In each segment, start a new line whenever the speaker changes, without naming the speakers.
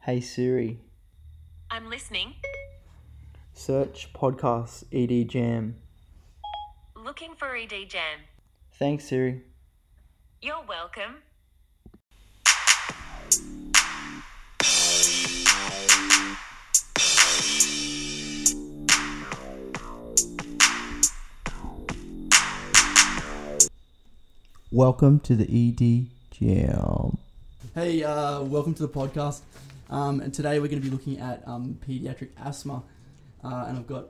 Hey Siri,
I'm listening.
search podcast ED Jam.
Looking for ED Jam.
Thanks, Siri.
You're welcome.
Welcome to the ED Jam.
Hey, uh, welcome to the podcast. Um, and today we're going to be looking at um, pediatric asthma. Uh, and I've got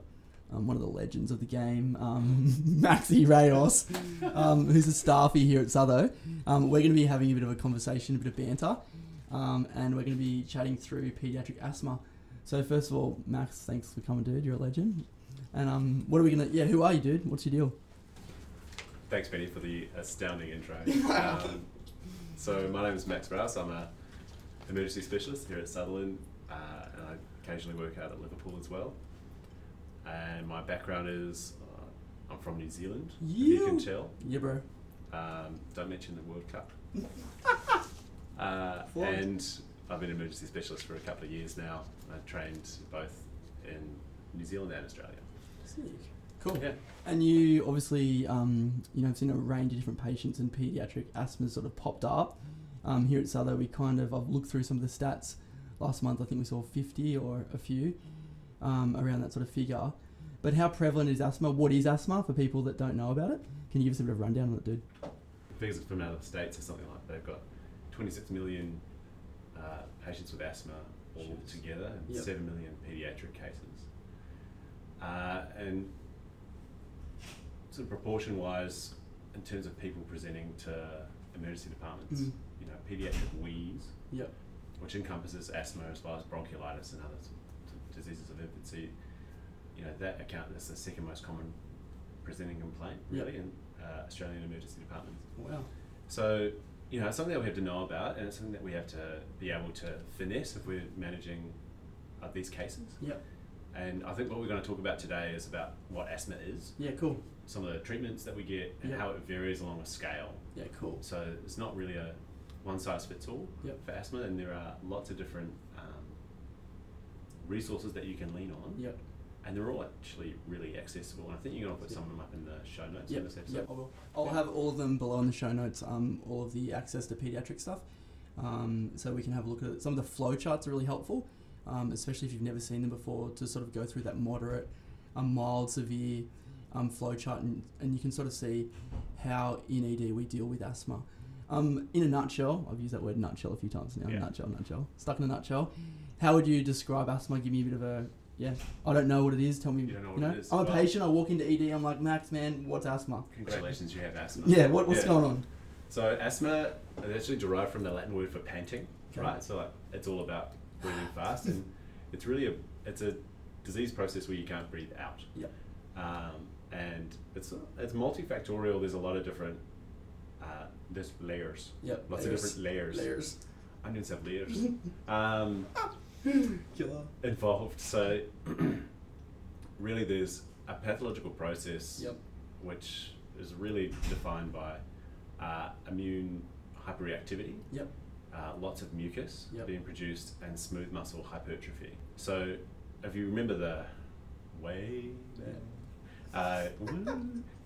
um, one of the legends of the game, um, Maxi Rayos, um, who's a staffy here at Southo. Um, we're going to be having a bit of a conversation, a bit of banter, um, and we're going to be chatting through pediatric asthma. So, first of all, Max, thanks for coming, dude. You're a legend. And um, what are we going to, yeah, who are you, dude? What's your deal?
Thanks, Benny, for the astounding intro. Um, so, my name is Max Rouse. I'm a emergency specialist here at Sutherland, uh, and I occasionally work out at Liverpool as well. And my background is uh, I'm from New Zealand, if you can
You-
tell.
Yeah, bro.
Um, don't mention the World Cup. uh, and I've been an emergency specialist for a couple of years now. I trained both in New Zealand and Australia.
Cool.
Yeah.
And you obviously, um, you know, have seen a range of different patients and pediatric asthma sort of popped up. Um, here at Southo, we kind of, I've looked through some of the stats. Last month, I think we saw 50 or a few um, around that sort of figure. But how prevalent is asthma? What is asthma for people that don't know about it? Can you give us a bit of a rundown on it, dude?
figures it from out of the states or something like that. They've got 26 million uh, patients with asthma all together and
Yep.
7 million pediatric cases. Uh, and sort of proportion wise, in terms of people presenting to emergency departments,
Mhm.
you know, pediatric wheeze,
Yep.
which encompasses asthma as well as bronchiolitis and other s- t- diseases of infancy, you know, that account is the second most common presenting complaint,
Yep.
really, in uh, Australian emergency departments.
Wow.
So, you know, it's something that we have to know about, and it's something that we have to be able to finesse if we're managing uh, these cases.
Yep.
And I think what we're going to talk about today is about what asthma is,
Yeah, cool.
some of the treatments that we get, and
Yeah.
how it varies along a scale.
Yeah, cool.
So it's not really a one size fits all
Yep.
for asthma, and there are lots of different um, resources that you can lean on,
Yep.
and they're all actually really accessible. And I think you're going to put some of them up in the show notes
Yep,
for this episode.
yep, I will. I'll have all of them below in the show notes, um, all of the access to pediatric stuff. Um, so we can have a look at it. Some of the flow charts are really helpful, um, especially if you've never seen them before, to sort of go through that moderate, um, mild, severe um, flow chart, and, and you can sort of see how in ED we deal with asthma. Um, in a nutshell, I've used that word nutshell a few times now.
Yeah.
Nutshell, nutshell. Stuck in a nutshell. How would you describe asthma? Give me a bit of a yeah. I don't know what it is. Tell me.
You don't know what it is.
I'm a
Well-
patient. I walk into ED. I'm like Max, man. What's asthma?
Congratulations, you have asthma.
Yeah, what, what's
Yeah.
going on?
So asthma is actually derived from the Latin word for panting,
Okay. Ah.
right? So like it's all about breathing fast, and it's really a it's a disease process where you can't breathe out.
Yeah.
Um, and it's it's multifactorial. There's a lot of different uh, there's layers.
Yep.
Lots
layers.
of different layers.
Layers.
Onions have layers um,
Killer.
involved. So really, there's a pathological process
Yep.
which is really defined by uh, immune hyperreactivity.
Yep.
uh, lots of mucus
Yep.
being produced and smooth muscle hypertrophy. So, if you remember the way uh, back, uh, woo,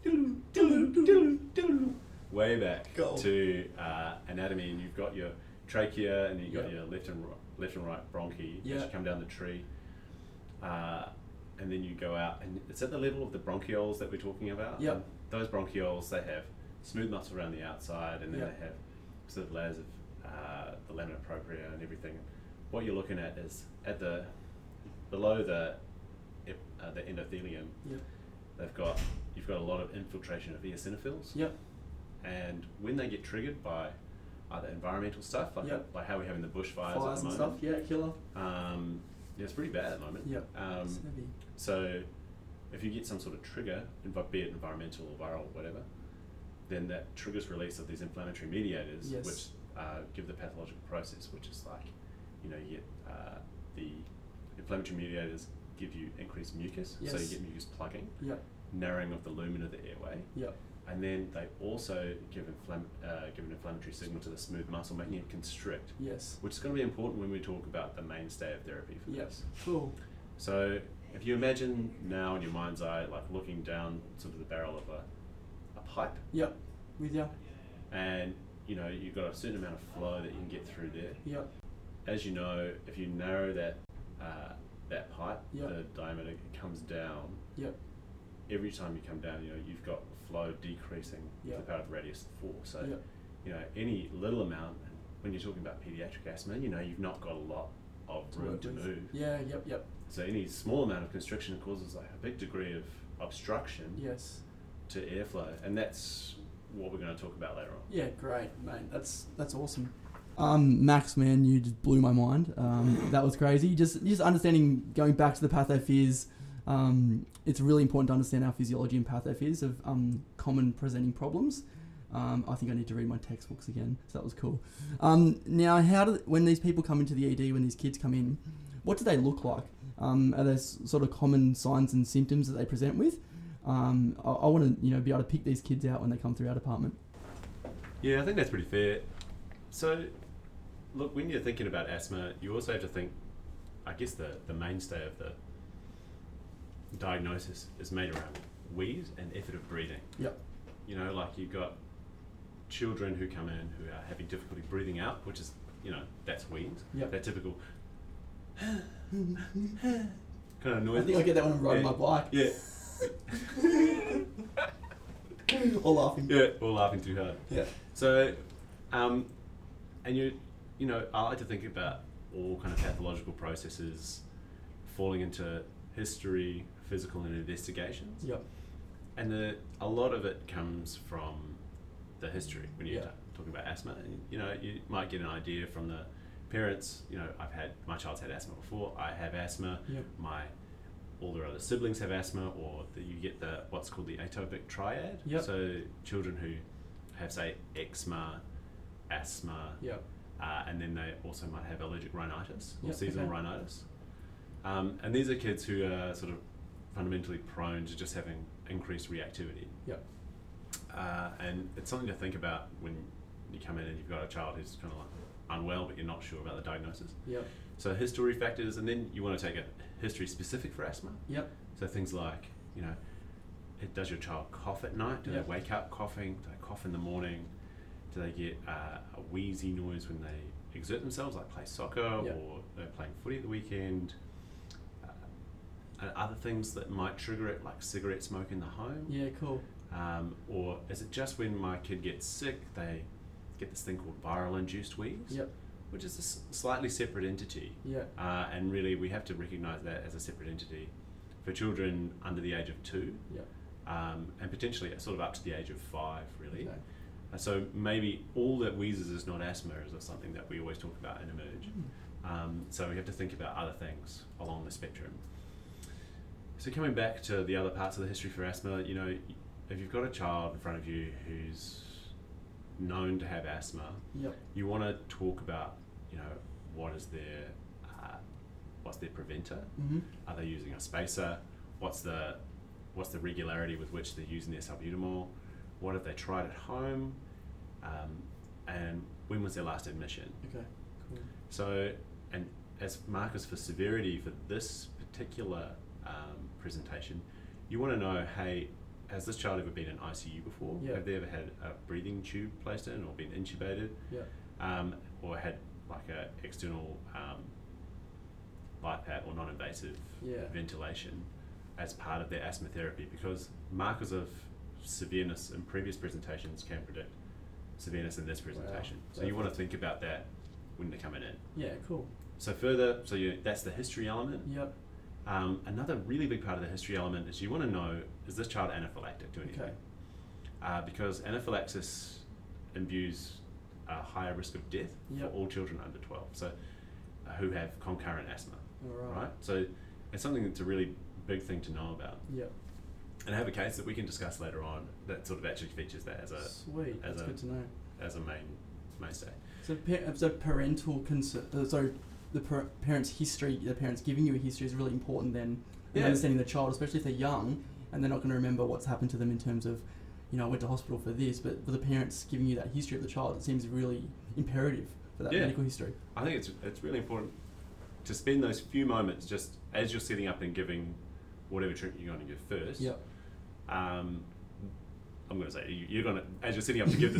doodaloo, doodaloo, doodaloo, doodaloo, way back
Go.
to uh, anatomy, and you've got your trachea and you've got
Yep.
your left and right, left and right bronchi as
Yeah.
you come down the tree. Uh, and then you go out, and it's at the level of the bronchioles that we're talking about.
Yep.
And Those bronchioles, they have smooth muscle around the outside, and then
Yep.
they have sort of layers of uh, the lamina propria and everything. What you're looking at is at the below the ep- uh, the endothelium.
Yep.
They've got you've got a lot of infiltration of eosinophils,
Yep.
and when they get triggered by either environmental stuff like
Yep.
like how we have in the bushfires
Fires
at the
and
moment.
stuff. Yeah, killer.
Um, yeah, it's pretty bad at the moment.
Yep.
Um,
It's heavy.
so, if you get some sort of trigger, env- be it environmental or viral, whatever, then that triggers release of these inflammatory mediators,
Yes.
which uh, give the pathological process, which is like, you know, you get uh, the inflammatory mediators give you increased mucus, so you
Yes.
get mucus plugging,
Yep.
narrowing of the lumen of the airway,
Yep.
and then they also give, inflam- uh, give an inflammatory signal to the smooth muscle, making it constrict,
Yes.
which is going to be important when we talk about the mainstay of therapy for
Yes.
this.
Cool.
So if you imagine now in your mind's eye, like looking down sort of the barrel of a, a pipe,
Yep. With ya.
and you know you've got a certain amount of flow that you can get through there.
Yep.
As you know, if you narrow that uh, that pipe,
Yeah.
the diameter comes down.
Yep.
Every time you come down, you know you've got flow decreasing
Yeah.
with the power of radius of four. So
Yeah.
you know any little amount. When you're talking about pediatric asthma, you know you've not got a lot of
To
room
work
to
with.
move.
Yeah. Yep. Yep.
So any small amount of constriction causes like a big degree of obstruction
Yes.
to airflow, and that's what we're going to talk about later on.
Yeah. Great, mate. That's that's awesome. Um, Max, man, you just blew my mind. Um, that was crazy. Just just understanding going back to the pathophys. Um, it's really important to understand our physiology and pathophys of um, common presenting problems. Um, I think I need to read my textbooks again. So that was cool. Um, now, how do when these people come into the ED, when these kids come in, what do they look like? Um, are there s- sort of common signs and symptoms that they present with? Um, I, I want to you know be able to pick these kids out when they come through our department.
Yeah, I think that's pretty fair. So, look, when you're thinking about asthma, you also have to think, I guess, the, the mainstay of the diagnosis is made around wheeze and effort of breathing.
Yep.
You know, like you've got children who come in who are having difficulty breathing out, which is, you know, that's wheeze.
Yep.
That typical kind of noise.
I think I get that when I'm riding
Yeah.
my bike.
Yeah,
or laughing.
yeah, or laughing too hard.
Yeah.
So, um, and you, you know, I like to think about all kind of pathological processes falling into history, physical, and investigations.
Yep.
And the, a lot of it comes from the history when you're
Yeah.
talking about asthma. And, you know, you might get an idea from the parents. You know, I've had my child's had asthma before. I have asthma.
Yep.
My all their other siblings have asthma, or the, you get the what's called the atopic triad.
Yep.
So children who have say eczema, asthma,
Yep.
uh, and then they also might have allergic rhinitis or
Yep,
seasonal
okay.
rhinitis. Um, and these are kids who are sort of fundamentally prone to just having increased reactivity.
Yep.
Uh, and it's something to think about when you come in and you've got a child who's kind of like unwell, but you're not sure about the diagnosis.
Yep.
So history factors, and then you want to take a history specific for asthma.
Yep.
So things like, you know, it, does your child cough at night? Do
Yep.
they wake up coughing? Do they cough in the morning? Do they get uh, a wheezy noise when they exert themselves, like play soccer
Yep.
or they're playing footy at the weekend? Uh, and other things that might trigger it, like cigarette smoke in the home.
Yeah. Cool.
Um, or is it just when my kid gets sick, they get this thing called viral induced wheeze,
Yep.
which is a s- slightly separate entity.
Yeah.
Uh, and really, we have to recognise that as a separate entity for children under the age of two,
Yep.
um, and potentially sort of up to the age of five, really.
Okay.
Uh, So maybe all that wheezes is not asthma, is something that we always talk about in emerge. Um, so we have to think about other things along the spectrum. So coming back to the other parts of the history for asthma, you know, if you've got a child in front of you who's known to have asthma,
Yep.
you want to talk about, you know, what is their, uh, what's their preventer?
Mm-hmm.
Are they using a spacer? What's the what's the regularity with which they're using their salbutamol? What have they tried at home? Um, and when was their last admission?
Okay. Cool.
So, and as markers for severity for this particular um, presentation, you want to know, hey, has this child ever been in ICU before?
Yeah.
Have they ever had a breathing tube placed in or been intubated?
Yep.
um, or had like a external um, BiPAP or non-invasive
Yeah.
ventilation as part of their asthma therapy because markers of severeness in previous presentations can predict severeness in this presentation. So you want to think about that when they're coming in.
Yeah. Cool.
So further, so you, that's the history element.
Yep.
Um, another really big part of the history element is you want to know is this child anaphylactic to anything?
Okay.
Uh, because anaphylaxis imbues a higher risk of death
Yep.
for all children under 12, so uh, who have concurrent asthma,
All right.
right. So it's something that's a really big thing to know about.
Yep.
And I have a case that we can discuss later on that sort of actually features that as a
Sweet.
as
That's
a-
good to know.
as a main mainstay.
So, pa- so parental concern. Uh, so the par- parents' history, the parents giving you a history is really important. Then and
Yeah.
understanding the child, especially if they're young and they're not going to remember what's happened to them in terms of you know, I went to hospital for this, but with the parents giving you that history of the child, it seems really imperative for that
Yeah.
medical history.
I think it's it's really important to spend those few moments just as you're setting up and giving whatever treatment you're going to give first.
Yep.
Um, I'm going to say you, you're going to as you're setting up to give the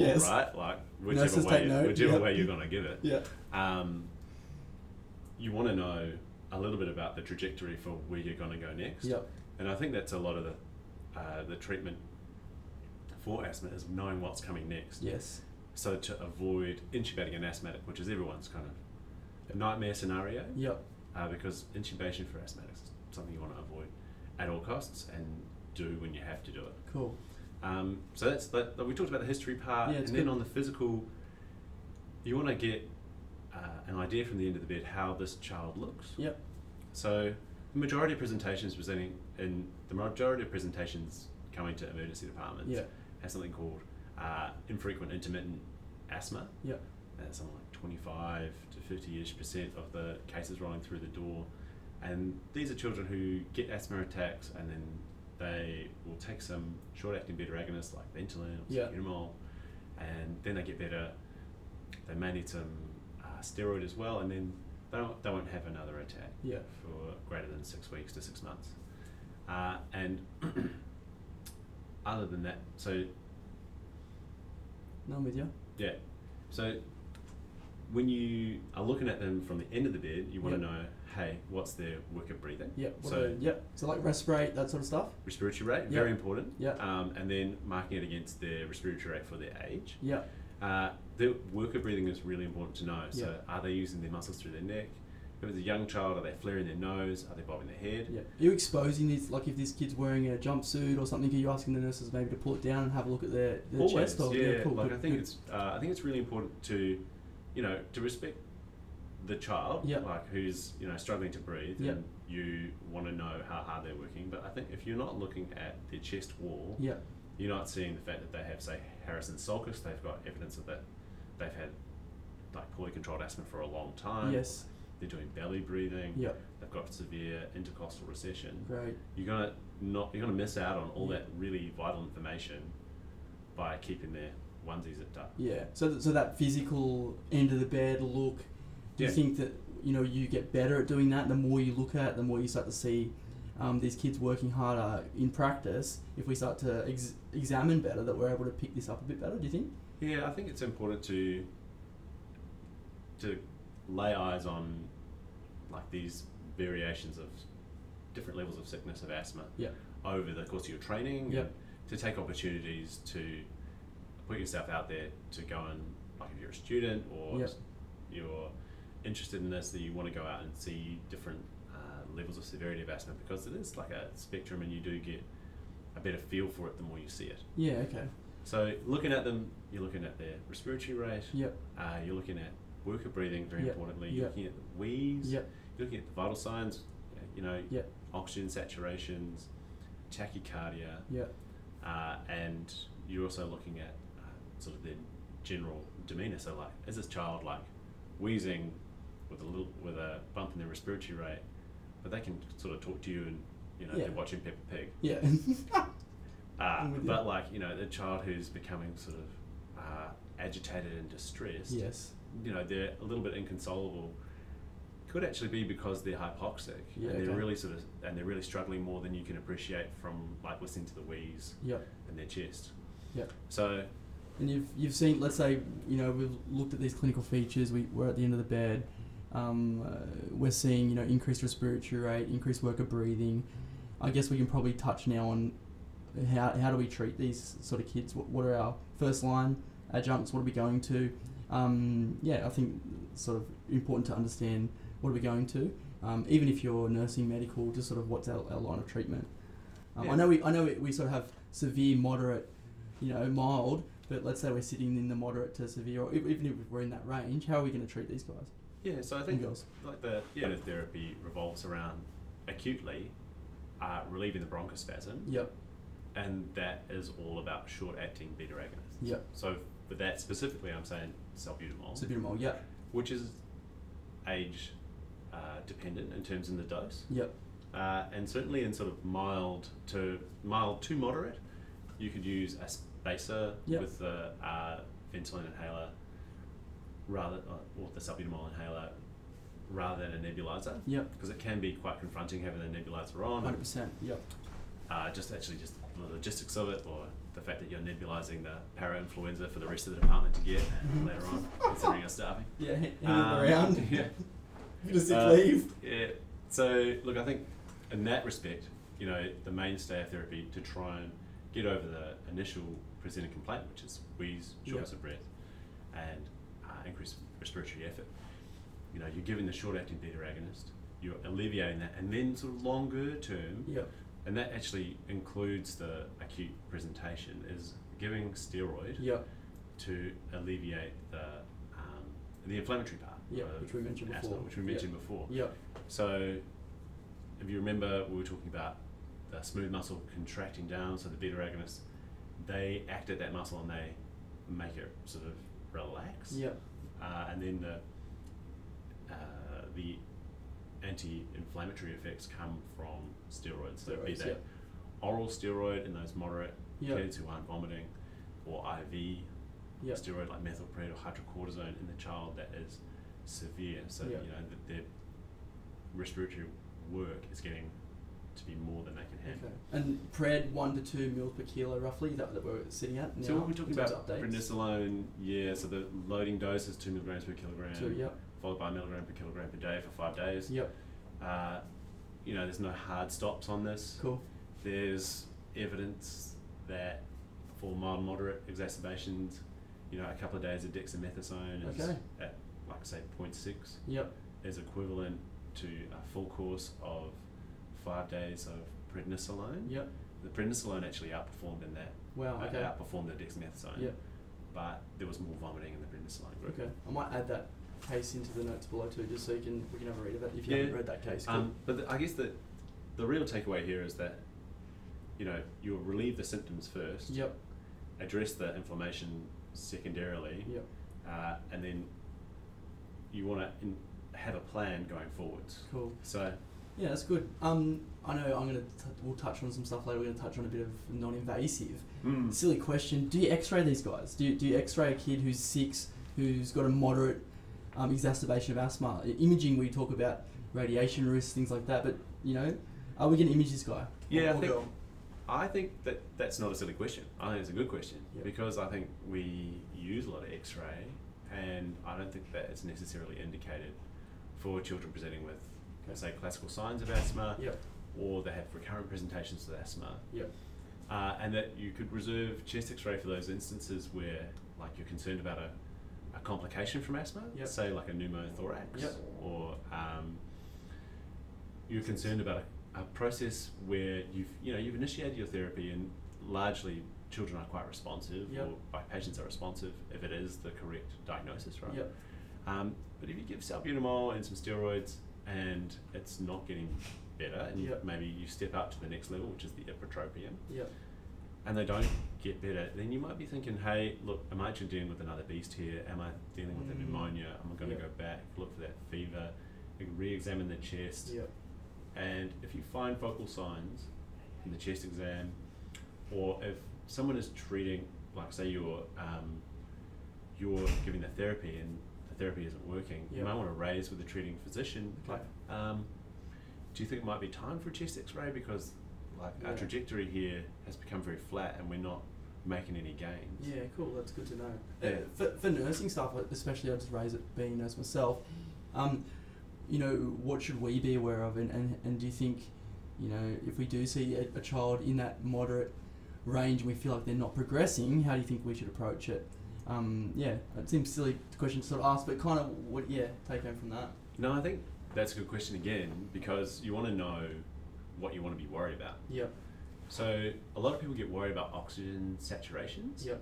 Yes.
right? Like whichever
Nurses
way
take note,
whichever
yep.
way you're going to give it.
Yeah.
Um, you want to know a little bit about the trajectory for where you're going to go next.
Yep.
And I think that's a lot of the uh, the treatment for asthma is knowing what's coming next.
Yes.
So to avoid intubating an asthmatic, which is everyone's kind of nightmare scenario,
Yep.
uh, because intubation for asthmatics is something you want to avoid at all costs and do when you have to do it.
Cool.
Um, so that's that. that- We talked about the history part,
Yeah,
and
it's
then
good.
on the physical, you want to get uh, an idea from the end of the bed how this child looks.
Yep.
So the majority of presentations presenting in the majority of presentations coming to emergency departments
Yeah.
have something called uh, infrequent intermittent asthma.
Yep.
That's something like 25 to 50-ish percent of the cases rolling through the door. And these are children who get asthma attacks and then they will take some short-acting beta agonists like Ventolin or
Yeah.
salbutamol and then they get better. They may need some uh, steroid as well and then they, don't, they won't have another attack
Yeah.
for greater than six weeks to six months. Uh, and other than that, so
No, I'm with you.
yeah, so when you are looking at them from the end of the bed, you want to
Yeah.
know, hey, what's their work of breathing?
Yep. What
So
are- yep. So like respirate, that sort of stuff.
respiratory rate,
Yeah.
very important.
Yeah.
Um, and then marking it against their respiratory rate for their age.
Yeah.
Uh, the work of breathing is really important to know. So,
Yeah.
are they using their muscles through their neck? If it's a young child, are they flaring their nose? Are they bobbing their head?
Yeah. Are you exposing these? Like if this kid's wearing a jumpsuit or something, are you asking the nurses maybe to pull it down and have a look at their, their
Always,
chest? Or,
yeah.
cool.
Like
good,
I think
good.
it's, uh, I think it's really important to, you know, to respect the child,
Yeah.
like who's you know struggling to breathe,
Yeah.
and you want to know how hard they're working. But I think if you're not looking at their chest wall,
Yeah.
you're not seeing the fact that they have, say, Harrison sulcus. They've got evidence of that. They've had like poorly controlled asthma for a long time.
Yes.
They're doing belly breathing.
Yeah.
They've got severe intercostal recession
Great.
you're gonna not you're gonna miss out on all
Yeah.
that really vital information by keeping their onesie zipped up.
Yeah. So, th- so that physical end of the bed look, do
Yeah.
you think that you know you get better at doing that? The more you look at, it, the more you start to see um, these kids working harder in practice. If we start to ex- examine better, that we're able to pick this up a bit better. Do you think?
Yeah, I think it's important to to lay eyes on like these variations of different levels of sickness of asthma
Yeah.
over the course of your training.
Yeah.
To take opportunities to put yourself out there to go and like if you're a student or
Yeah.
you're interested in this that you want to go out and see different uh, levels of severity of asthma because it is like a spectrum and you do get a better feel for it the more you see it.
Yeah. Okay.
So looking at them, you're looking at their respiratory rate.
Yep.
Uh, you're looking at worker breathing very
Yep.
importantly. You're
Yep.
looking at the wheeze.
Yep.
You're looking at the vital signs. uh, You know,
Yep.
oxygen saturations, tachycardia,
Yep.
uh, and you're also looking at uh, sort of their general demeanor. So like, is this child like wheezing with a little with a bump in their respiratory rate, but they can sort of talk to you and you know
Yeah.
they're watching Peppa Pig.
Yeah.
Uh,
I'm with you.
but like you know, the child who's becoming sort of uh, agitated and distressed,
yes.
you know, they're a little bit inconsolable. Could actually be because they're hypoxic
Yeah,
and they're
okay.
really sort of and they're really struggling more than you can appreciate from like listening to the wheeze
Yep.
in their chest.
Yep.
So
And you've, you've seen, let's say, you know, we've looked at these clinical features, we, we're at the end of the bed, um, uh, we're seeing, you know, increased respiratory rate, increased worker breathing. I guess we can probably touch now on how, how do we treat these sort of kids? What, what are our first line adjuncts? What are we going to? Um, yeah, I think it's sort of important to understand what are we going to, um, even if you're nursing, medical, just sort of what's our, our line of treatment. Um,
Yeah.
I know we I know we, we sort of have severe, moderate, you know, mild, but let's say we're sitting in the moderate to severe, or e- even if we're in that range, how are we going to treat these guys
yeah, so I
and
think
girls?
like the yeah the therapy revolves around acutely uh, relieving the bronchospasm,
Yep.
and that is all about short-acting beta agonists.
Yep.
So for that specifically, I'm saying salbutamol.
Severe mild. Yep.
which is age uh, dependent in terms in the dose,
Yep.
uh, and certainly in sort of mild to mild to moderate, you could use a spacer
Yep.
with the uh, Ventolin inhaler rather, uh, or the salbutamol inhaler rather than a nebulizer
Yep.
because it can be quite confronting having the nebulizer on.
Hundred percent. Yep.
Uh, just actually just the logistics of it or the fact that you're nebulizing the para-influenza for the rest of the department to get later on considering you're starving.
Yeah. Hang hang
Um,
them around.
Yeah.
Bit of sick
Uh,
leave.
Yeah. So look, I think in that respect, you know, the mainstay of therapy to try and get over the initial presenting complaint, which is wheeze, shortness
Yeah.
of breath, and uh, increased respiratory effort. You know, you're giving the short-acting beta agonist, you're alleviating that, and then sort of longer term,
Yep.
and that actually includes the acute presentation, is giving steroid
Yep.
to alleviate the um, the inflammatory part.
Yeah,
of
which we mentioned
asthma,
before.
uh, Which we
Yeah.
mentioned before.
Yep.
So, if you remember, we were talking about the smooth muscle contracting down. So the beta agonists, they act at that muscle and they make it sort of relax.
Yep.
Uh, and then the uh, the anti-inflammatory effects come from steroids. So be
Steroids,
that
yep.
oral steroid in those moderate
Yep.
kids who aren't vomiting, or IV
Yep.
steroid like methylpred or hydrocortisone in the child that is severe. So
Yeah.
you know that their respiratory work is getting to be more than they can handle.
Okay. And pred one to two mils per kilo roughly. Is that that we're sitting at now?
So what we're
in
talking
terms
about
of updates?
prednisolone, yeah. So the loading dose is two milligrams per kilogram,
Two. Yep.
followed by a milligram per kilogram per day for five days.
Yep.
Uh, you know, there's no hard stops on this.
Cool.
There's evidence that for mild moderate exacerbations, you know, a couple of days of dexamethasone is
Okay.
at like say 0.6
Yep.
is equivalent to a full course of five days of prednisolone.
Yep.
The prednisolone actually outperformed in that,
Wow.
uh,
Okay.
outperformed the dexamethasone.
Yep.
But there was more vomiting in the prednisolone group.
Okay, I might add that case into the notes below too, just so you can we can have a read of it if you
Yeah.
haven't read that case. Cool.
Um, but the, I guess the the real takeaway here is that you know you'll relieve the symptoms first,
yep,
address the inflammation secondarily,
yep,
uh, and then you want to in, have a plan going forwards.
cool.
So
Yeah, that's good. Um, I know I'm gonna t- we'll touch on some stuff later. We're gonna touch on a bit of non-invasive. Silly question. Do you X-ray these guys? Do you, do you X-ray a kid who's six who's got a moderate um, exacerbation of asthma? I- Imaging we talk about radiation risks, things like that. But you know, are we gonna image this guy?
Yeah, I
Or
think-
girl?
I think that that's not a silly question. I think it's a good question
Yep.
because I think we use a lot of X-ray, and I don't think that it's necessarily indicated for children presenting with, say, classical signs of asthma,
Yep.
or they have recurrent presentations with asthma,
Yep.
uh, and that you could reserve chest X-ray for those instances where, like, you're concerned about a, a complication from asthma,
Yep.
say like a pneumothorax,
Yep.
or um, you're concerned about a, a process where you've you know you've initiated your therapy and largely children are quite responsive
Yep.
or by patients are responsive if it is the correct diagnosis right
Yep.
um, but if you give salbutamol and some steroids and it's not getting better and
Yep.
maybe you step up to the next level which is the ipratropium
Yep.
and they don't get better, then you might be thinking, hey, look, am I actually dealing with another beast here? Am I dealing with a
Mm.
pneumonia? Am I going to
Yeah.
go back, look for that fever, re examine the chest?
Yep.
And if you find focal signs in the chest exam, or if someone is treating, like say you're, um, you're giving the therapy and the therapy isn't working, you
Yeah.
might want to raise with the treating physician,
Okay.
like, um, do you think it might be time for a chest x-ray? Because like our
Yeah.
trajectory here has become very flat and we're not making any gains.
Yeah, cool. That's good to know.
Yeah.
Uh, for, for nursing staff, especially, I just raise it being a nurse myself. Um, you know, what should we be aware of, and, and, and do you think, you know, if we do see a, a child in that moderate range and we feel like they're not progressing, how do you think we should approach it? Um, yeah, it seems silly question to sort of ask, but kind of what, yeah, take home from that.
No, I think that's a good question again because you want to know what you want to be worried about.
Yep,
So a lot of people get worried about oxygen saturations.
yep,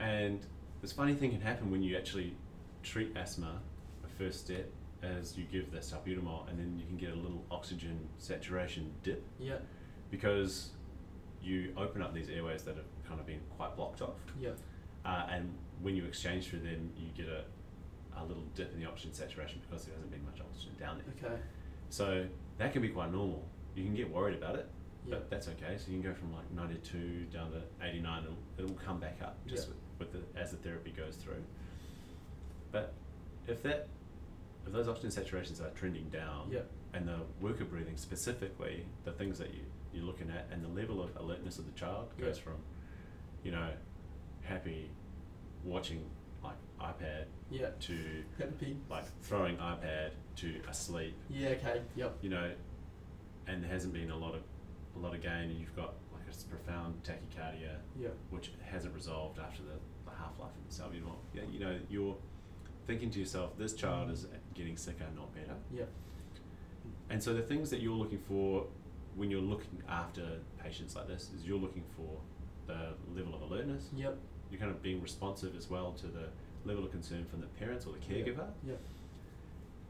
And this funny thing can happen when you actually treat asthma. The first step is you give the salbutamol, and then you can get a little oxygen saturation dip
yep,
because you open up these airways that have kind of been quite blocked off.
yep,
Uh, and when you exchange through them, you get a, a little dip in the oxygen saturation because there hasn't been much oxygen down there.
okay,
So that can be quite normal. You can get worried about it.
Yeah.
But that's okay. So you can go from like 92 down to 89 and it'll, it'll come back up just
Yeah.
with, with the, as the therapy goes through. But if that if those oxygen saturations are trending down
Yeah.
and the worker breathing specifically, the things that you, you're looking at and the level of alertness of the child goes
Yeah.
from, you know, happy watching like iPad
Yeah.
to
Peppa Pig.
like throwing iPad to asleep
Yeah. Okay. Yep.
you know, and there hasn't been a lot of a lot of gain, and you've got like a s- profound tachycardia,
Yep.
which hasn't resolved after the, the half life of the salvia. You know, you know, you're thinking to yourself, this child is getting sicker, not better.
Yep.
And so the things that you're looking for when you're looking after patients like this is you're looking for the level of alertness.
Yep.
You're kind of being responsive as well to the level of concern from the parents or the
Yeah.
caregiver.
Yep.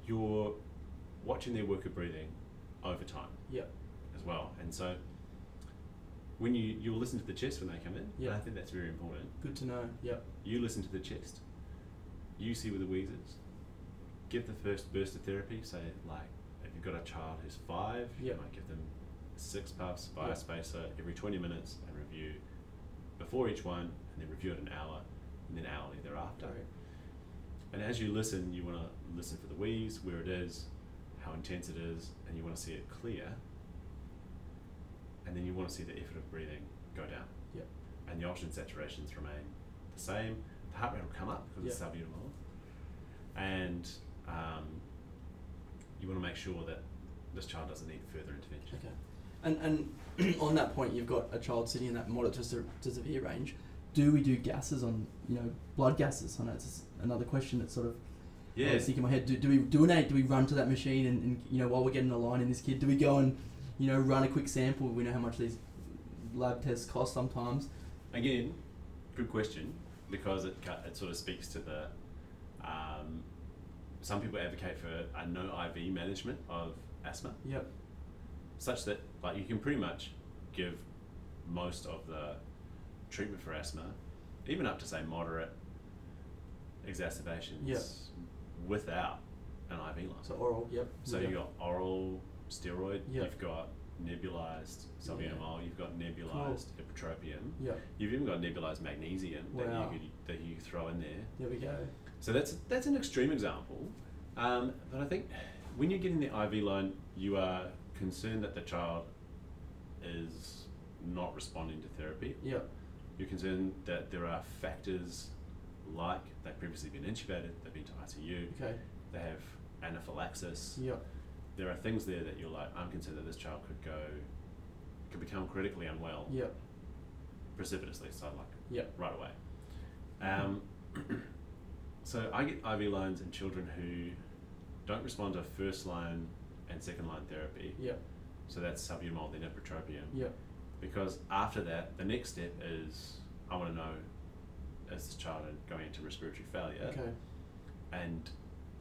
You're watching their worker breathing over time
Yep.
as well. And so when you you'll listen to the chest when they come in,
Yeah.
and I think that's very important.
Good to know. Yep.
You listen to the chest. You see where the wheeze is. Give the first burst of therapy. Say like if you've got a child who's five,
Yeah.
you might give them six puffs via
Yeah.
spacer every twenty minutes and review before each one, and then review it an hour, and then hourly thereafter.
Right.
And as you listen, you want to listen for the wheeze, where it is, how intense it is, and you want to see it clear. And then you want to see the effort of breathing go down.
Yep.
And the oxygen saturations remain the same. The heart rate will come up because it's subunimol. And um, you want to make sure that this child doesn't need further intervention.
Okay. And and on that point, you've got a child sitting in that moderate to, se- to severe range. Do we do gases on you know blood gases? I know it's just another question that's sort of I
Yeah,
was thinking in my head. Do, do we do an eight? Do we run to that machine and, and you know while we're getting a line in this kid, do we go and you know run a quick sample? We know how much these lab tests cost sometimes.
again, good question because it cu- it sort of speaks to the. Um, some people advocate for a no IV management of asthma,
Yep.
such that like you can pretty much give most of the treatment for asthma, even up to say moderate exacerbations,
Yeah.
without an IV line.
So oral. Yep.
So
yep.
you've got oral steroid,
Yeah.
you've got nebulized salbutamol, you've got nebulized ipratropium,
Yep.
You've even got nebulized magnesium
Wow.
that you could, that you could throw in there.
There we go.
So that's that's an extreme example, um, but I think when you're getting the IV line, you are concerned that the child is not responding to therapy.
Yep.
You're concerned that there are factors like they've previously been intubated, they've been to ICU,
Okay.
they have anaphylaxis.
Yep.
There are things there that you're like, I'm concerned that this child could go, could become critically unwell
Yep.
precipitously, so like
Yep.
right away. Um, so I get IV lines in children who don't respond to first line and second line therapy.
Yep.
So that's subunimol, then ipratropium.
Yep.
Because after that, the next step is I want to know is this child going into respiratory failure?
Okay.
And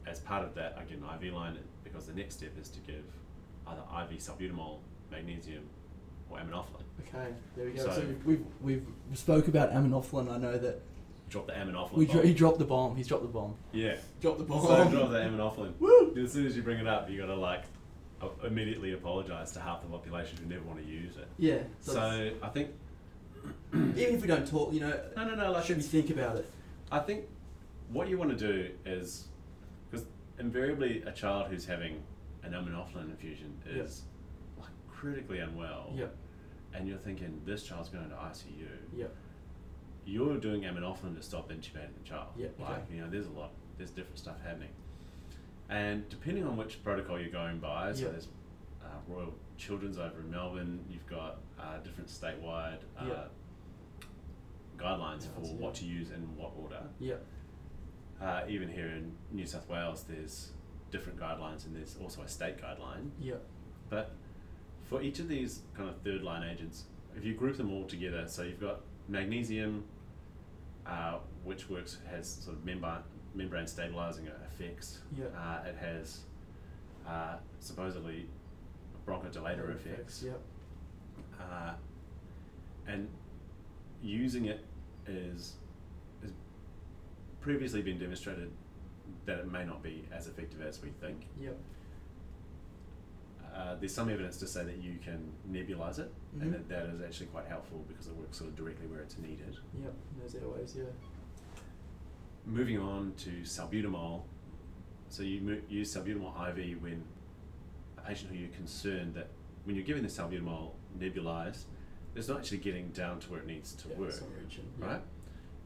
as part of that, I get an IV line because the next step is to give either IV salbutamol, magnesium, or aminophylline.
Okay. There we go. So,
So-
we've, we've we've spoke about aminophylline. I know that
Drop the aminophylline.
we dro-
bomb.
he dropped the bomb. He's dropped the bomb.
yeah.
Drop the
So
bomb.
drop the aminophylline.
Oh. Woo!
As soon as you bring it up, you gotta like a- immediately apologise to half the population who never want to use it.
Yeah. So,
So I think
it's- even if we don't talk, you know,
no, no, no. Like
should we
it's,
think about it?
I think what you want to do is because invariably a child who's having an aminophylline infusion
Yeah.
is like critically unwell,
Yep.
and you're thinking this child's going to ICU.
Yep.
You're doing aminophylline to stop intubating the child.
Yeah,
Like
okay.
you know, there's a lot. There's different stuff happening. And depending on which protocol you're going by, so
Yeah.
there's uh, Royal Children's over in Melbourne, you've got uh, different statewide uh,
Yeah.
guidelines
Yeah,
for
that's-
what to use in what order.
Yep.
Uh, even here in New South Wales, there's different guidelines and there's also a state guideline.
Yep.
But for each of these kind of third line agents, if you group them all together, so you've got magnesium, uh, which works has sort of membrane membrane stabilizing effects.
Yeah.
Uh, it has uh, supposedly bronchodilator effects.
Yep.
Uh, and using it is has previously been demonstrated that it may not be as effective as we think
Yep.
uh, uh, there's some evidence to say that you can nebulize it,
Mhm.
and that, that is actually quite helpful because it works sort of directly where it's needed.
Yep, those airways, yeah.
Moving on to salbutamol. So you mo- use salbutamol IV when a patient who you're concerned that when you're giving the salbutamol nebulized, it's not actually getting down to where it needs to
yeah,
work,
it's not reaching, yeah.
right?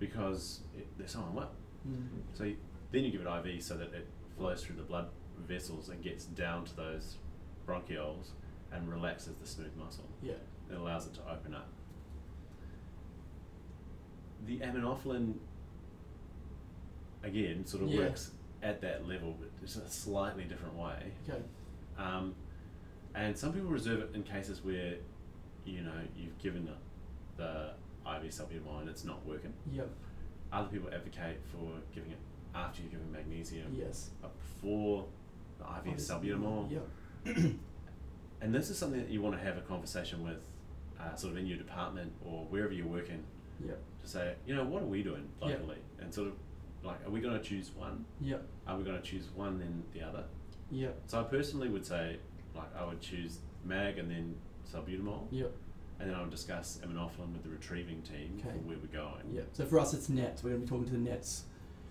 Because it, they're so unwell.
Mm.
So you, then you give it IV so that it flows through the blood vessels and gets down to those bronchioles and relaxes the smooth muscle.
Yeah.
It allows it to open up. The aminophilin, again, sort of
Yeah.
works at that level, but just in a slightly different way.
Okay.
Um, and some people reserve it in cases where, you know, you've given the, the IV supplement and it's not working.
Yep.
Other people advocate for giving it after you've given magnesium,
Yes.
but before the IV salbutamol.
Yep.
And this is something that you want to have a conversation with, uh, sort of in your department or wherever you're working,
Yep.
to say, you know, what are we doing
Yeah.
locally? And sort of like, are we going to choose one?
Yep.
Are we going to choose one then the other?
Yep.
So I personally would say, like, I would choose mag and then salbutamol,
Yep.
and then I would discuss aminophyllin with the retrieving team
Okay.
for where we're going.
Yep. So for us, it's Nets. We're going to be talking to the Nets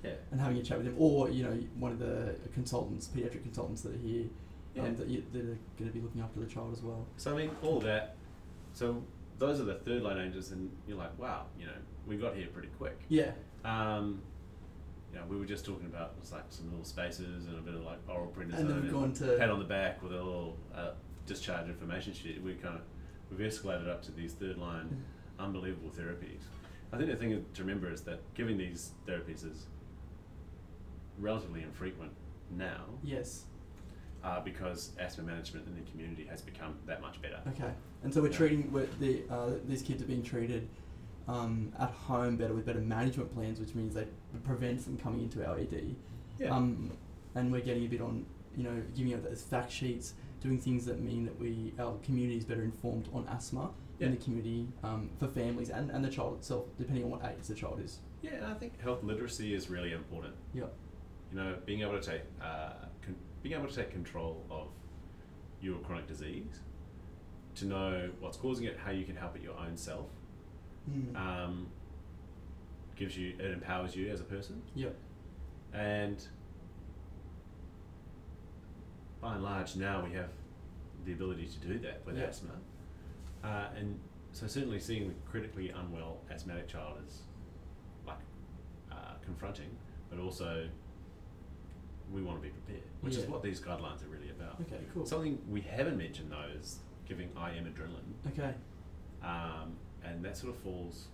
Yeah.
and having a chat with them, or you know, one of the consultants, pediatric consultants that are here,
Yeah.
um, that, you, that are going to be looking after the child as well.
So I mean, all that. So those are the third line agents, and you're like, wow, you know, we got here pretty quick.
Yeah.
Um, you know, we were just talking about it was like some little spaces and a bit of like oral prednisone
And then we've gone to-
pat on the back with a little uh, discharge information sheet. We kind of we've escalated up to these third line
Mm.
unbelievable therapies. I think the thing to remember is that giving these therapies is relatively infrequent now
Yes.
uh, because asthma management in the community has become that much better.
Okay. And so we're
Yeah.
treating we're, the uh, these kids are being treated um, at home better with better management plans, which means they it prevents them coming into our ED. Um, and we're getting a bit on, you know, giving out those fact sheets, doing things that mean that we our community is better informed on asthma in
Yeah.
the community um, for families and, and the child itself, depending on what age the child is.
Yeah, and I think health literacy is really important.
Yep.
You know, being able to take uh, con- being able to take control of your chronic disease, to know what's causing it, how you can help it your own self,
Mm.
um, gives you it empowers you as a person,
Yep.
and by and large, now we have the ability to do that with
Yeah.
asthma, uh, and so certainly seeing the critically unwell asthmatic child is like uh, confronting, but also we want to be prepared, which is
Yeah.
what these guidelines are really about.
Okay. Cool.
Something we haven't mentioned though is giving IM adrenaline,
okay.
um, and that sort of falls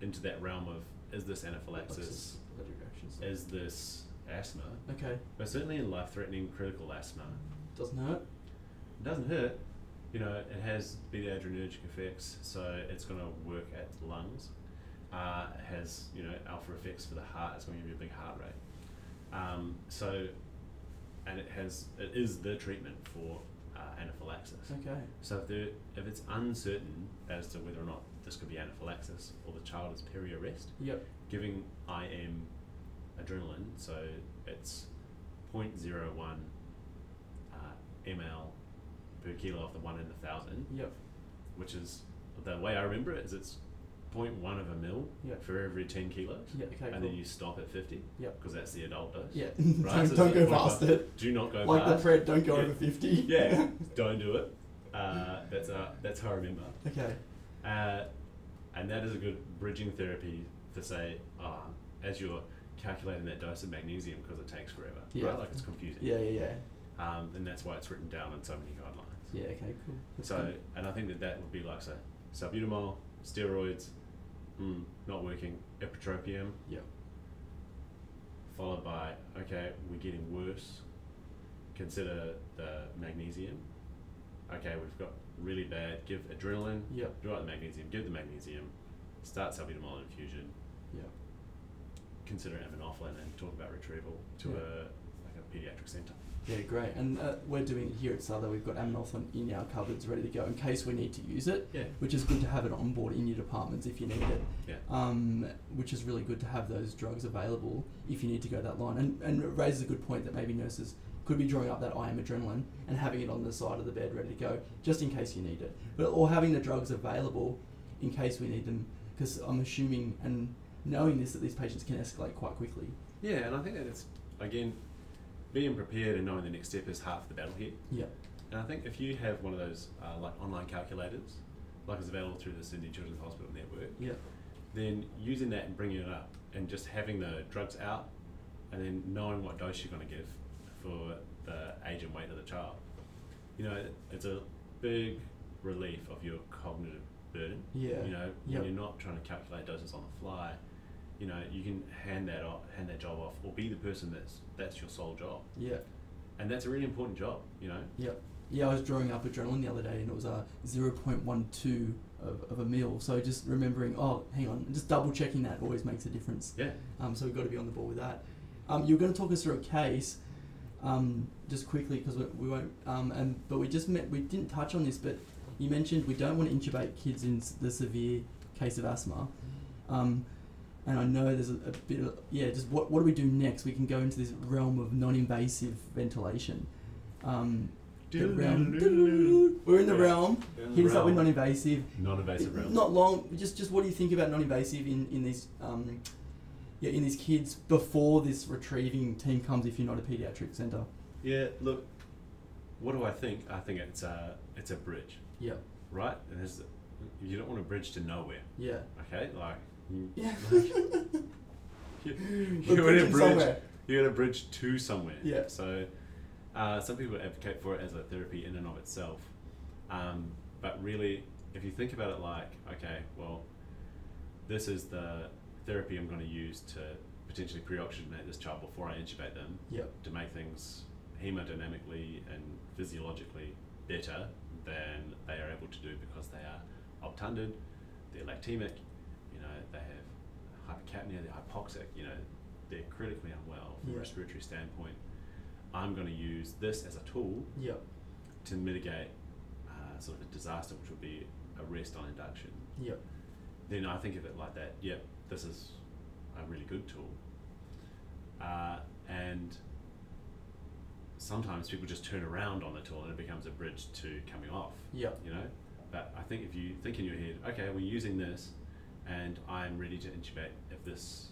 into that realm of is this anaphylaxis,
Allergic reactions.
is this asthma,
Okay.
but certainly in life-threatening critical asthma,
Doesn't hurt.
it doesn't hurt. You know, it has beta-adrenergic effects, so it's going to work at the lungs. Uh, it has you know alpha effects for the heart. It's going to give you a big heart rate. Um, so, and it has it is the treatment for uh, anaphylaxis.
Okay.
So if there, if it's uncertain as to whether or not this could be anaphylaxis or the child is peri-arrest,
Yep.
giving IM adrenaline, so it's 0.01 uh, ml per kilo of the one in a thousand,
Yep.
which is the way I remember it is it's 0.1 of a mil
Yeah.
for every 10 kilos,
Yeah. Okay.
and
cool.
then you stop at 50
Yeah.
because that's the adult dose.
Yeah.
Right,
don't
so
don't
it's
go
like one
past
five-
it.
Do not go
Like the
past.
thread, don't go
Yeah.
over fifty.
yeah, don't do it. Uh, that's uh, that's how I remember.
okay.
Uh, and that is a good bridging therapy to say, ah, as you're calculating that dose of magnesium because it takes forever,
Yeah.
right? Like it's confusing.
Yeah. Yeah. Yeah.
Um, and that's why it's written down in so many guidelines.
Yeah. Okay. Cool. That's
So,
good.
and I think that that would be like so, salbutamol, steroids, mm, not working, epitropium.
Yeah.
Followed by, okay, we're getting worse. Consider the magnesium. Okay, we've got really bad. Give adrenaline.
Yep.
Draw out the magnesium. Give the magnesium. Start salbutamol infusion.
Yep.
Consider aminophyllin and talk about retrieval to
Yeah.
a like a pediatric centre.
Yeah, great. And uh, we're doing it here at Souther. We've got Aminophen in our cupboards ready to go in case we need to use it,
Yeah.
which is good to have it on board in your departments if you need it.
Yeah.
Um, which is really good to have those drugs available if you need to go that line. And, and it raises a good point that maybe nurses could be drawing up that I am adrenaline and having it on the side of the bed ready to go just in case you need it. But, or having the drugs available in case we need them because I'm assuming and knowing this that these patients can escalate quite quickly.
Yeah, and I think that it's again being prepared and knowing the next step is half the battle here.
Yeah.
And I think if you have one of those uh, like online calculators, like is available through the Sydney Children's Hospital network,
Yeah.
then using that and bringing it up and just having the drugs out and then knowing what dose you're going to give for the age and weight of the child. You know, it's a big relief of your cognitive burden.
Yeah.
You know,
Yep.
when you're not trying to calculate doses on the fly, you know, you can hand that off, hand that job off, or be the person that's that's your sole job,
Yeah.
and that's a really important job. You know,
Yep. Yeah, I was drawing up adrenaline the other day and it was a 0.12 of, of a mil. So just remembering, oh, hang on, just double checking that always makes a difference.
yeah.
Um, so we've got to be on the ball with that. Um, you're going to talk us through a case um, just quickly because we, we won't, um, and, but we just met, we didn't touch on this, but you mentioned we don't want to intubate kids in s- the severe case of asthma. Um, and I know there's a, a bit of, yeah, just what, what do we do next? We can go into this realm of non invasive ventilation. Um, the realm. We're in the
Yeah.
realm.
We're in the
Hit us up with
realm.
non-invasive.
Non-invasive realm.
Not long. Just, just what do you think about non-invasive in in these, um, yeah, in these kids before this retrieving team comes? If you're not a pediatric center.
Yeah, look, what do I think? I think it's a it's a bridge,
Yeah.
right? And there's, you don't want a bridge to nowhere,
Yeah.
okay? Like, you,
Yeah.
you,
We're
you want a
bridging
bridge.
somewhere.
You want a bridge to somewhere.
Yeah.
So, uh, some people advocate for it as a therapy in and of itself, um, but really, if you think about it, like, okay, well, this is the therapy I'm going to use to potentially pre-oxygenate this child before I intubate them
Yep.
to make things hemodynamically and physiologically better than they are able to do because they are obtunded, they're lactemic, you know, they have hypercapnia, they're hypoxic, you know, they're critically unwell from
Yeah.
a respiratory standpoint. I'm going to use this as a tool
Yep.
to mitigate uh, sort of a disaster, which would be arrest on induction.
Yep.
Then I think of it like that. Yep, this is a really good tool. Uh, and sometimes people just turn around on the tool and it becomes a bridge to coming off.
Yep.
You know, but I think if you think in your head, okay, we're using this, and I'm ready to intubate if this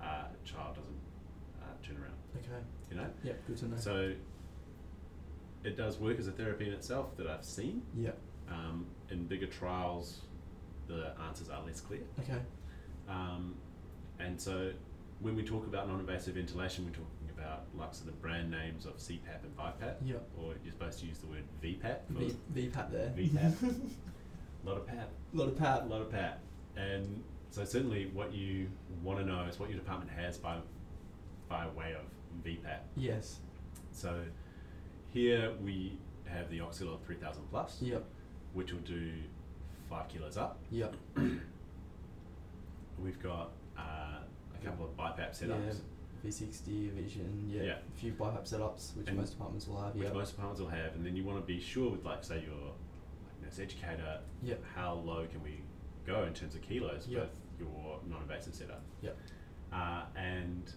uh, child doesn't uh, turn around.
Okay.
You know,
Yep. Good to know.
so it does work as a therapy in itself that I've seen.
yep.
Um, in bigger trials, the answers are less clear.
Okay.
Um, and so when we talk about non invasive ventilation, we're talking about likes of the brand names of CPAP and BiPAP,
Yep.
or you're supposed to use the word VPAP. For
V, VPAP there.
VPAP. lot of PAP.
A lot of pat.
A lot of PAP. And so certainly what you want to know is what your department has by, by way of VPAP.
Yes.
So here we have the Oxylor 3000 Plus,
Yep.
which will do 5 kilos up.
Yep.
We've got uh, a couple of BiPAP setups.
Yeah. V60 Vision. Yeah.
Yeah.
A few BiPAP setups, which
And-
most departments will have.
which
Yeah.
most departments will have, and then you want to be sure with like say your like, nurse educator,
Yep.
how low can we go in terms of kilos
Yep.
with your non-invasive setup,
Yep.
uh, and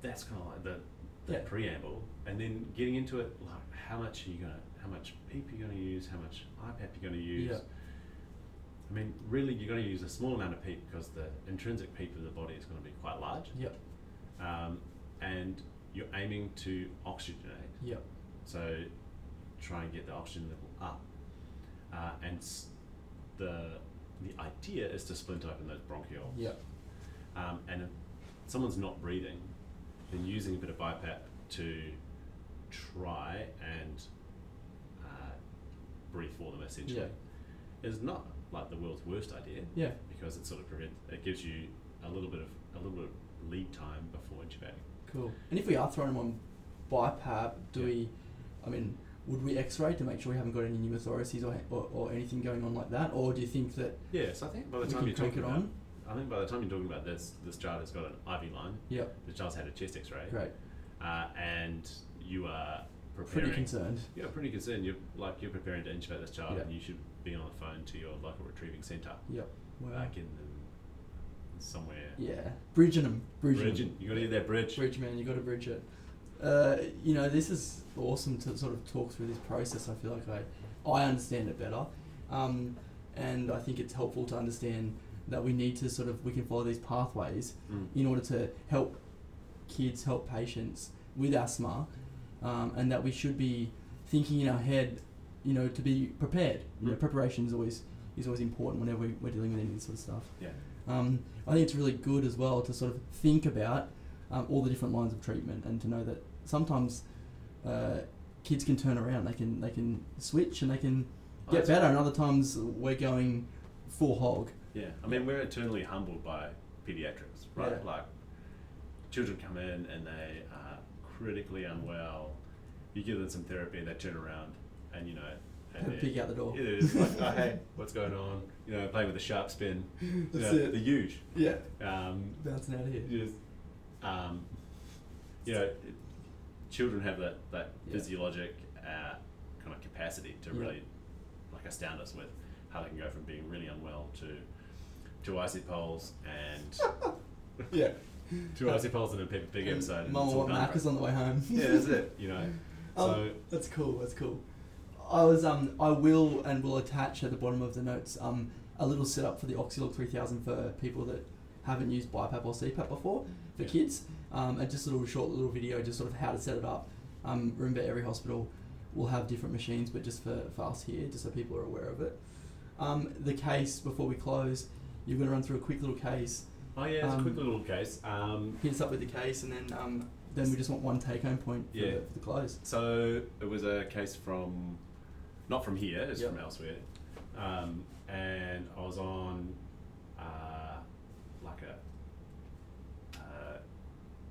that's kind of like the, the
Yeah.
preamble, and then getting into it like how much are you gonna, how much PEEP you're gonna use, how much IPAP you're gonna use.
Yep.
I mean, really, you're going to use a small amount of PEEP because the intrinsic PEEP of the body is going to be quite large,
Yep.
um, and you're aiming to oxygenate.
Yep.
So try and get the oxygen level up. Uh, and s- the the idea is to splint open those bronchioles.
Yep.
Um, and if someone's not breathing, then using a bit of BiPAP to try and uh, breathe for them essentially is not like the world's worst idea
Yeah.
because it sort of prevents it gives you a little bit of a little bit of lead time before intubating.
Cool. And if we are throwing them on BiPAP, do
Yeah.
we? I mean, would we X-ray to make sure we haven't got any new authorities or, or, or anything going on like that? Or do you think that?
Yeah, so I think by the
We
time
can
you're
crank
talking
it
about,
on.
I think by the time you're talking about this, this child has got an IV line.
Yep.
The child's had a chest X-ray,
Great.
uh, and you are preparing.
Pretty concerned.
Yeah, pretty concerned. You're like you're preparing to intubate this child,
Yeah.
and you should be on the phone to your local retrieving centre,
Yep. Wow.
like in the, somewhere.
yeah. Bridging them. Bridging.
Bridging. You got to get that bridge.
Bridge man, you got to bridge it. uh, you know, this is awesome to sort of talk through this process. I feel like I, I understand it better, um, and I think it's helpful to understand that we need to sort of we can follow these pathways
Mm.
in order to help kids, help patients with asthma, um, and that we should be thinking in our head, you know, to be prepared. You know,
Mm.
preparation is always is always important whenever we, we're dealing with any of this sort of stuff.
Yeah.
Um, I think it's really good as well to sort of think about um, all the different lines of treatment and to know that sometimes uh, kids can turn around, they can they can switch and they can
Oh,
get
that's
better, and other times we're going full hog.
Yeah, I mean, we're eternally humbled by pediatrics, right?
Yeah.
Like, children come in and they are critically unwell. You give them some therapy, they turn around, and you know, and
Peek out the door.
It is like, oh, hey, what's going on? You know, playing with a sharp spin. You
That's
know,
it.
The huge.
Yeah,
Um,
bouncing out of here.
Yes. Um, you know, it, children have that, that
Yeah.
physiologic uh, kind of capacity to
Yeah.
really like astound us with how they can go from being really unwell to to icy poles and
Yeah,
to icy poles in a big, big episode. and
Mum
it's
will
all
want
done
Macca's
right.
on the way home.
Yeah, that's it. You know,
Oh,
so
that's cool. That's cool. I was um I will and will attach at the bottom of the notes um a little setup for the Oxylog 3000 for people that haven't used BiPAP or CPAP before for
Yeah.
kids. Um, and just a little short little video just sort of how to set it up. Um, remember every hospital will have different machines, but just for, for us here, just so people are aware of it. Um, the case before we close, you're going to run through a quick little case.
oh yeah, it's a
Um,
quick little case. Um,
Hit us up with the case, and then um, then we just want one take home point for,
Yeah.
the, for the close.
So it was a case from, not from here, it's
Yep.
from elsewhere. Um, and I was on uh, like a uh,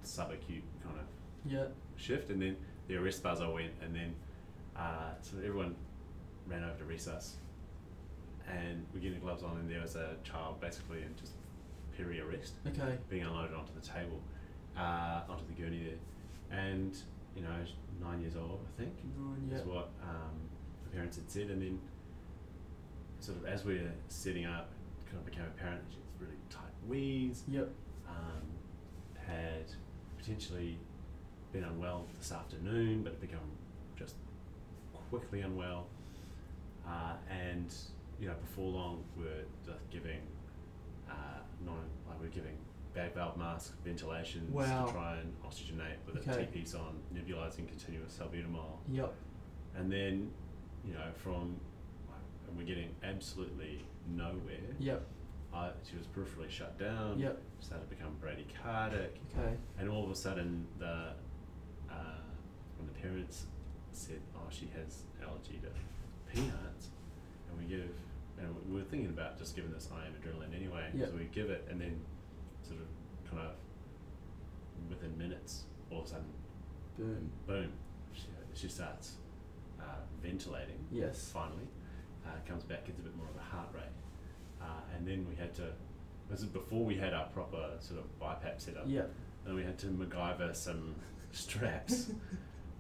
subacute kind of
Yeah.
shift, and then the arrest buzzer went, and then uh, so everyone ran over to recess, and we getting gloves on, and there was a child basically in just peri arrest
Okay.
being unloaded onto the table, uh, onto the gurney there, and you know, nine years old, I think,
Nine, yeah.
is what um, the parents had said, and then sort of as we were setting up, kind of became apparent that she was really tight wheeze,
Yep.
um, had potentially been unwell this afternoon, but had become just quickly unwell, uh, and you know, before long, we're just giving uh, non like we're giving bag valve masks, ventilations
Wow.
to try and oxygenate with a
Okay.
T piece on, nebulizing continuous salbutamol
Yep.
and then you know from and we're getting absolutely nowhere.
Yep.
I, she was peripherally shut down.
Yep.
Started to become bradycardic,
Okay.
and all of a sudden the uh, when the parents said, "Oh, she has allergy to peanuts," and we give and we- we were thinking about just giving this IM adrenaline anyway,
Yep.
so we give it, and then sort of kind of within minutes, all of a sudden,
Boom.
boom, she, she starts uh, ventilating
Yes.
finally. Uh, comes back, gets a bit more of a heart rate. Uh, and then we had to, this is before we had our proper sort of BiPAP setup,
Yeah.
and we had to MacGyver some straps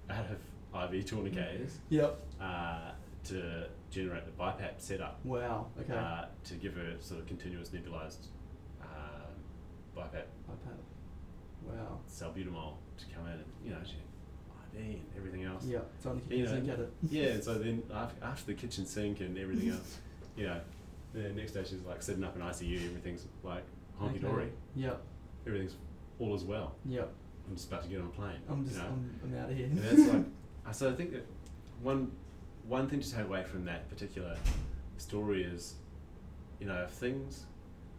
out of IV tourniquets
Yep.
uh, to generate the BiPAP setup
Wow. Okay.
uh, to give her sort of continuous nebulized uh, BiPAP
iPad. Wow.
salbutamol to come in and, you know, she had IV and everything else.
Yeah. It's on the
You
kitchen
know,
sink at it.
Yeah, and so then after, after the kitchen sink and everything else, you know, the next day she's like sitting up in ICU, everything's like honky dory,
Okay. Yep.
everything's all as well.
Yep.
I'm just about to get on a plane.
I'm just.
you know?
I'm, I'm out of here.
and that's like, I- so I think that one one thing to take away from that particular story is, you know, if things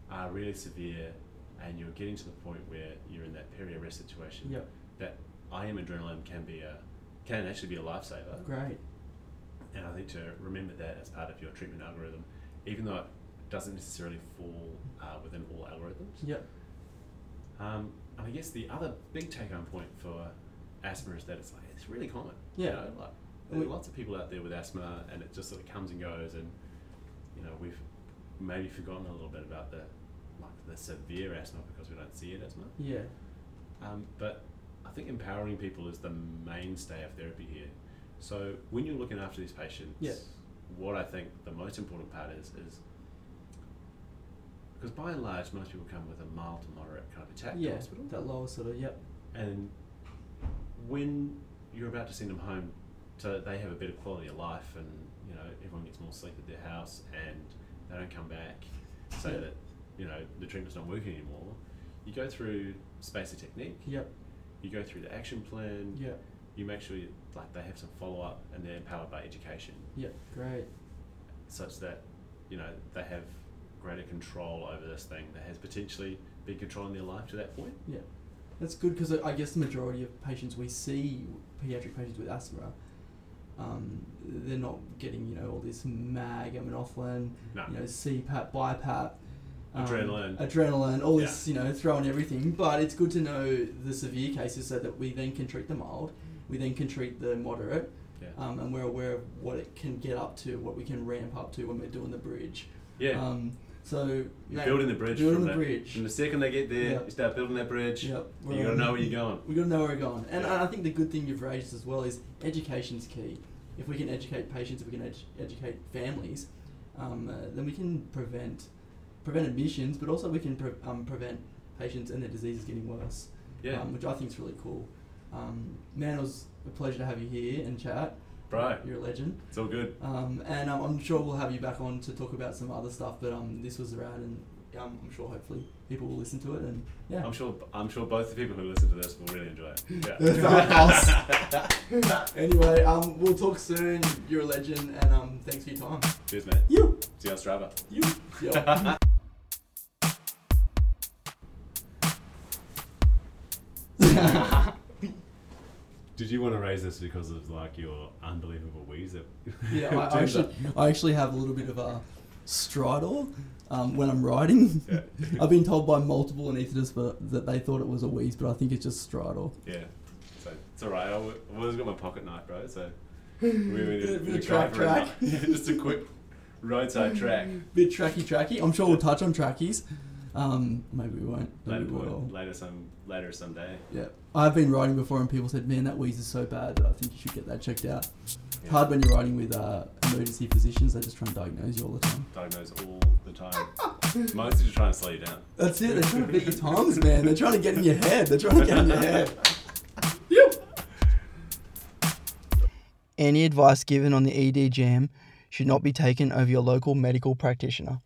are really severe and you're getting to the point where you're in that peri-arrest situation,
Yep.
that IM adrenaline can be a can actually be a lifesaver.
Great.
And I think to remember that as part of your treatment algorithm, even though it doesn't necessarily fall uh, within all algorithms.
Yep.
Um, and I guess the other big take home point for asthma is that it's like it's really common.
Yeah.
You know, like, there are
We-
lots of people out there with asthma, and it just sort of comes and goes. And you know, we've maybe forgotten a little bit about the like the severe asthma because we don't see it as much.
Yeah.
Um, but I think empowering people is the mainstay of therapy here. So when you're looking after these patients,
Yeah.
what I think the most important part is is because by and large most people come with a mild to moderate kind of attack
yeah.
to hospital,
That lower sort of. Yep.
and when you're about to send them home, so that they have a better quality of life, and you know everyone gets more sleep at their house, and they don't come back, so
Yeah.
that you know the treatment's not working anymore. You go through spacer technique.
Yep.
You go through the action plan.
Yep.
You make sure you, like they have some follow up, and they're empowered by education,
Yep. Great.
such that you know they have greater control over this thing that has potentially been controlling their life to that point.
That's good because I guess the majority of patients we see, pediatric patients with asthma, um, they're not getting you know all this mag, aminophylline,
No.
you know CPAP, BiPAP, um,
Adrenaline.
adrenaline, all this you know throwing everything. But it's good to know the severe cases so that we then can treat the mild, we then can treat the moderate,
Yeah.
um, and we're aware of what it can get up to, what we can ramp up to when we're doing the bridge.
Yeah.
Um, so
You're
mate,
building the bridge.
building
from
the
that-
bridge.
From the second they get there,
Yeah.
you start building that bridge.
Yep.
You gotta
um,
know where you're going.
we got to know where we're going. And
Yeah.
I I think the good thing you've raised as well is education's key. If we can educate patients, if we can edu- educate families, um, uh, then we can prevent prevent admissions, but also we can pre- um, prevent patients and their diseases getting worse,
Yeah,
um, which I think is really cool. Um, man, it was a pleasure to have you here and chat.
bro,
You're a legend.
it's all good.
Um, and I'm, I'm sure we'll have you back on to talk about some other stuff, but um, this was rad, and um, I'm sure hopefully people will listen to it. And yeah.
I'm sure. I'm sure both the people who listen to this will really enjoy it. Yeah.
That's us. anyway, um, we'll talk soon. You're a legend, and um, thanks for your time.
Cheers, mate.
You,
See you on Strava.
you, yo.
Did you want to raise this because of like your unbelievable wheeze? That
yeah, I, I, actually, I actually have a little bit of a stridor um, when I'm riding.
Yeah.
I've been told by multiple anaesthetists but that they thought it was a wheeze, but I think it's just stridor.
yeah. So it's alright. I w- I've always got my pocket knife, bro. So we went
Bit
in
of
in a
track,
car for a
track.
night. Yeah, just a quick roadside track.
Bit tracky, tracky. I'm sure we'll touch on trackies. Um, maybe we won't. Maybe
Later,
we will.
point, later some later someday.
Yeah. I've been riding before and people said, man, that wheeze is so bad that I think you should get that checked out.
Yeah.
Hard when you're riding with uh, emergency physicians, they just try and diagnose you all the time.
Diagnose all the time. Mostly just trying to slow you down.
That's it, they're trying to beat your times, man. They're trying to get in your head. They're trying to get in your head. Yep.
E Any advice given on the ED jam should not be taken over your local medical practitioner.